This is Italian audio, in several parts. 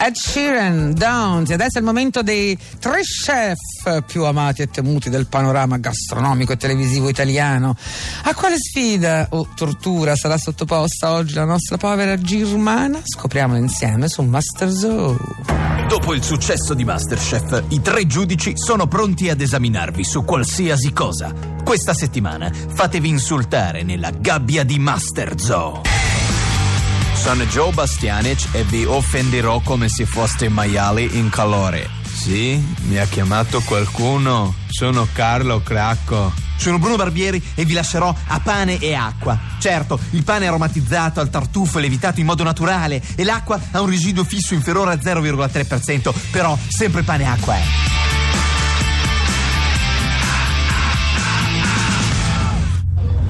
Ed Sheeran, Downs, adesso è il momento dei tre chef più amati e temuti del panorama gastronomico e televisivo italiano. A quale sfida o tortura sarà sottoposta oggi la nostra povera Girmana? Scopriamolo insieme su Master Zoo. Dopo il successo di Masterchef, i tre giudici sono pronti ad esaminarvi su qualsiasi cosa. Questa settimana fatevi insultare nella gabbia di Master Zoo. Sono Joe Bastianic e vi offenderò come se foste maiali in calore. Sì, mi ha chiamato qualcuno. Sono Carlo Cracco. Sono Bruno Barbieri e vi lascerò a pane e acqua. Certo, il pane è aromatizzato al tartufo e lievitato in modo naturale e l'acqua ha un residuo fisso inferiore al 0,3%, però sempre pane e acqua è.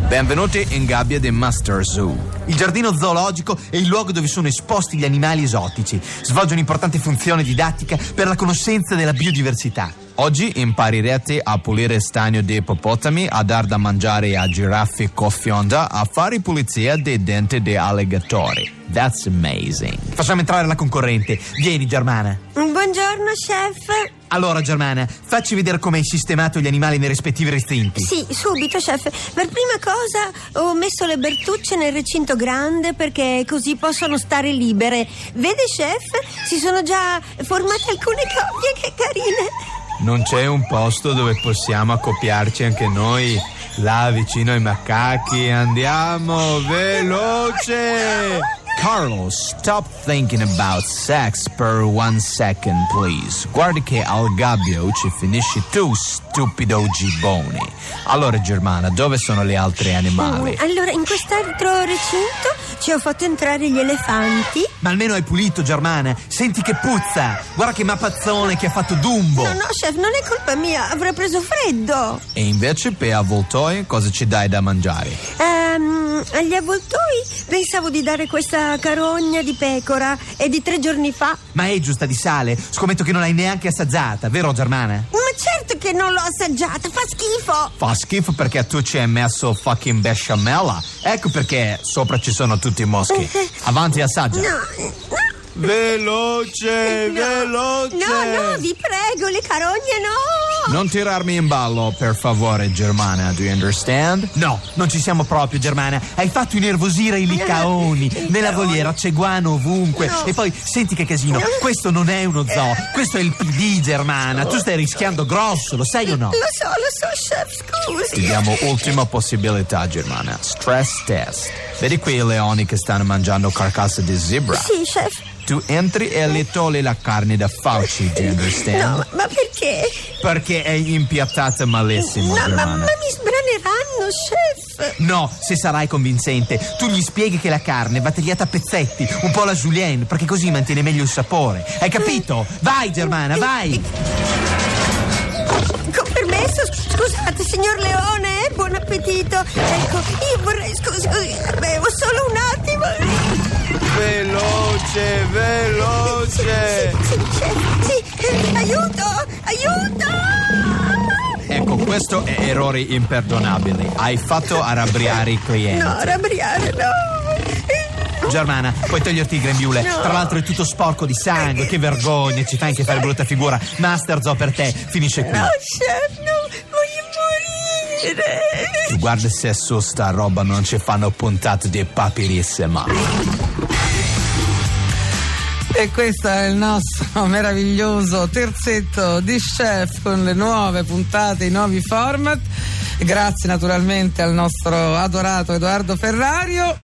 Benvenuti in gabbia di Master Zoo. Il giardino zoologico è il luogo dove sono esposti gli animali esotici. Svolge un'importante funzione didattica per la conoscenza della biodiversità. Oggi imparirete a pulire stagno di ippopotami, a dar da mangiare a giraffe cofionda, a fare pulizia dei denti di alligatori. That's amazing. Facciamo entrare la concorrente. Vieni, Germana. Buongiorno chef. Allora, Germana, facci vedere come hai sistemato gli animali nei rispettivi recinti. Sì, subito chef. Per prima cosa ho messo le bertucce nel recinto grande perché così possono stare libere. Vede chef, si sono già formate alcune coppie che carine. Non c'è un posto dove possiamo accoppiarci anche noi, là vicino ai macachi. Andiamo veloce! Carlo, stop thinking about sex per one second, please. Guardi che al gabbio ci finisci tu, stupido gibone. Allora, Germana, dove sono gli altri animali? Mm, Eh, Allora, in quest'altro recinto ci ho fatto entrare gli elefanti. Ma almeno hai pulito, Germana. Senti che puzza. Guarda che mappazzone che ha fatto Dumbo. No, no, chef, non è colpa mia, avrei preso freddo. E invece per avvoltoi cosa ci dai da mangiare? Ehm, agli avvoltoi pensavo di dare questa carogna di pecora e di tre giorni fa. Ma è giusta di sale. Scommetto che non l'hai neanche assaggiata, vero, Germana? Ma certo che non l'ho assaggiata, fa schifo. Fa schifo perché tu ci hai messo fucking besciamella. Ecco perché sopra ci sono tutti i moschi. Avanti, assaggia. No, Veloce, veloce. no, no, vi prego, le carogne no. Non tirarmi in ballo, per favore, Germana, do you understand? No, non ci siamo proprio, Germana. Hai fatto innervosire i licaoni. Nella voliera c'è guano ovunque. No. E poi senti che casino. Questo non è uno zoo, questo è il PD, Germana. Tu stai rischiando grosso, lo sai o no? Lo so, lo so, chef, Ti scusi. diamo ultima possibilità, Germana. Stress test. Vedi qui i leoni che stanno mangiando carcasse di zebra. Sì, chef. Tu entri e le togli la carne da Fauci, do you No, understand? ma, ma perché? Perché è impiattata malissimo, No, ma, ma Germana. mi sbraneranno, chef. No, se sarai convincente, tu gli spieghi che la carne va tagliata a pezzetti, un po' alla julienne, perché così mantiene meglio il sapore. Hai capito? Vai, Germana, vai! Con permesso, s- scusate, signor Leone, eh, buon appetito. Ecco, io vorrei. Scusi, scusi, bevo solo un attimo. Veloce, veloce. Sì, sì, chef, sì, aiuto, aiuto. Ecco, questo è errore imperdonabile. Hai fatto arrabbiare i clienti. No, rabbriare, no. Germana, puoi toglierti il grembiule. No. Tra l'altro è tutto sporco di sangue, che vergogna, ci fai anche fare brutta figura. Master Zoo per te, finisce qui. No, chef, no, voglio morire. Tu Guarda se su sta roba non ci fanno puntate di papirisse mai. E questo è il nostro meraviglioso terzetto di chef con le nuove puntate, i nuovi format. Grazie naturalmente al nostro adorato Edoardo Ferrario.